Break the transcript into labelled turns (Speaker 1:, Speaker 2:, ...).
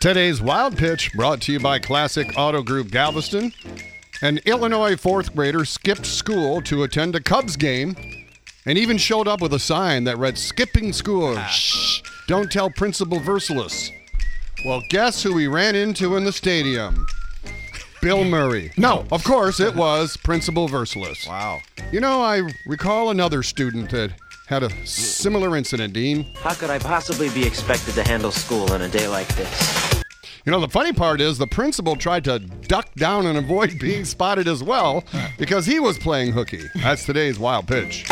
Speaker 1: Today's Wild Pitch brought to you by Classic Auto Group Galveston. An Illinois fourth grader skipped school to attend a Cubs game and even showed up with a sign that read, Skipping school. Shh. Don't tell Principal Versalis. Well, guess who we ran into in the stadium? Bill Murray. No, of course it was Principal Versalis.
Speaker 2: Wow.
Speaker 1: You know, I recall another student that had a similar incident, Dean.
Speaker 3: How could I possibly be expected to handle school on a day like this?
Speaker 1: You know, the funny part is the principal tried to duck down and avoid being spotted as well because he was playing hooky. That's today's wild pitch.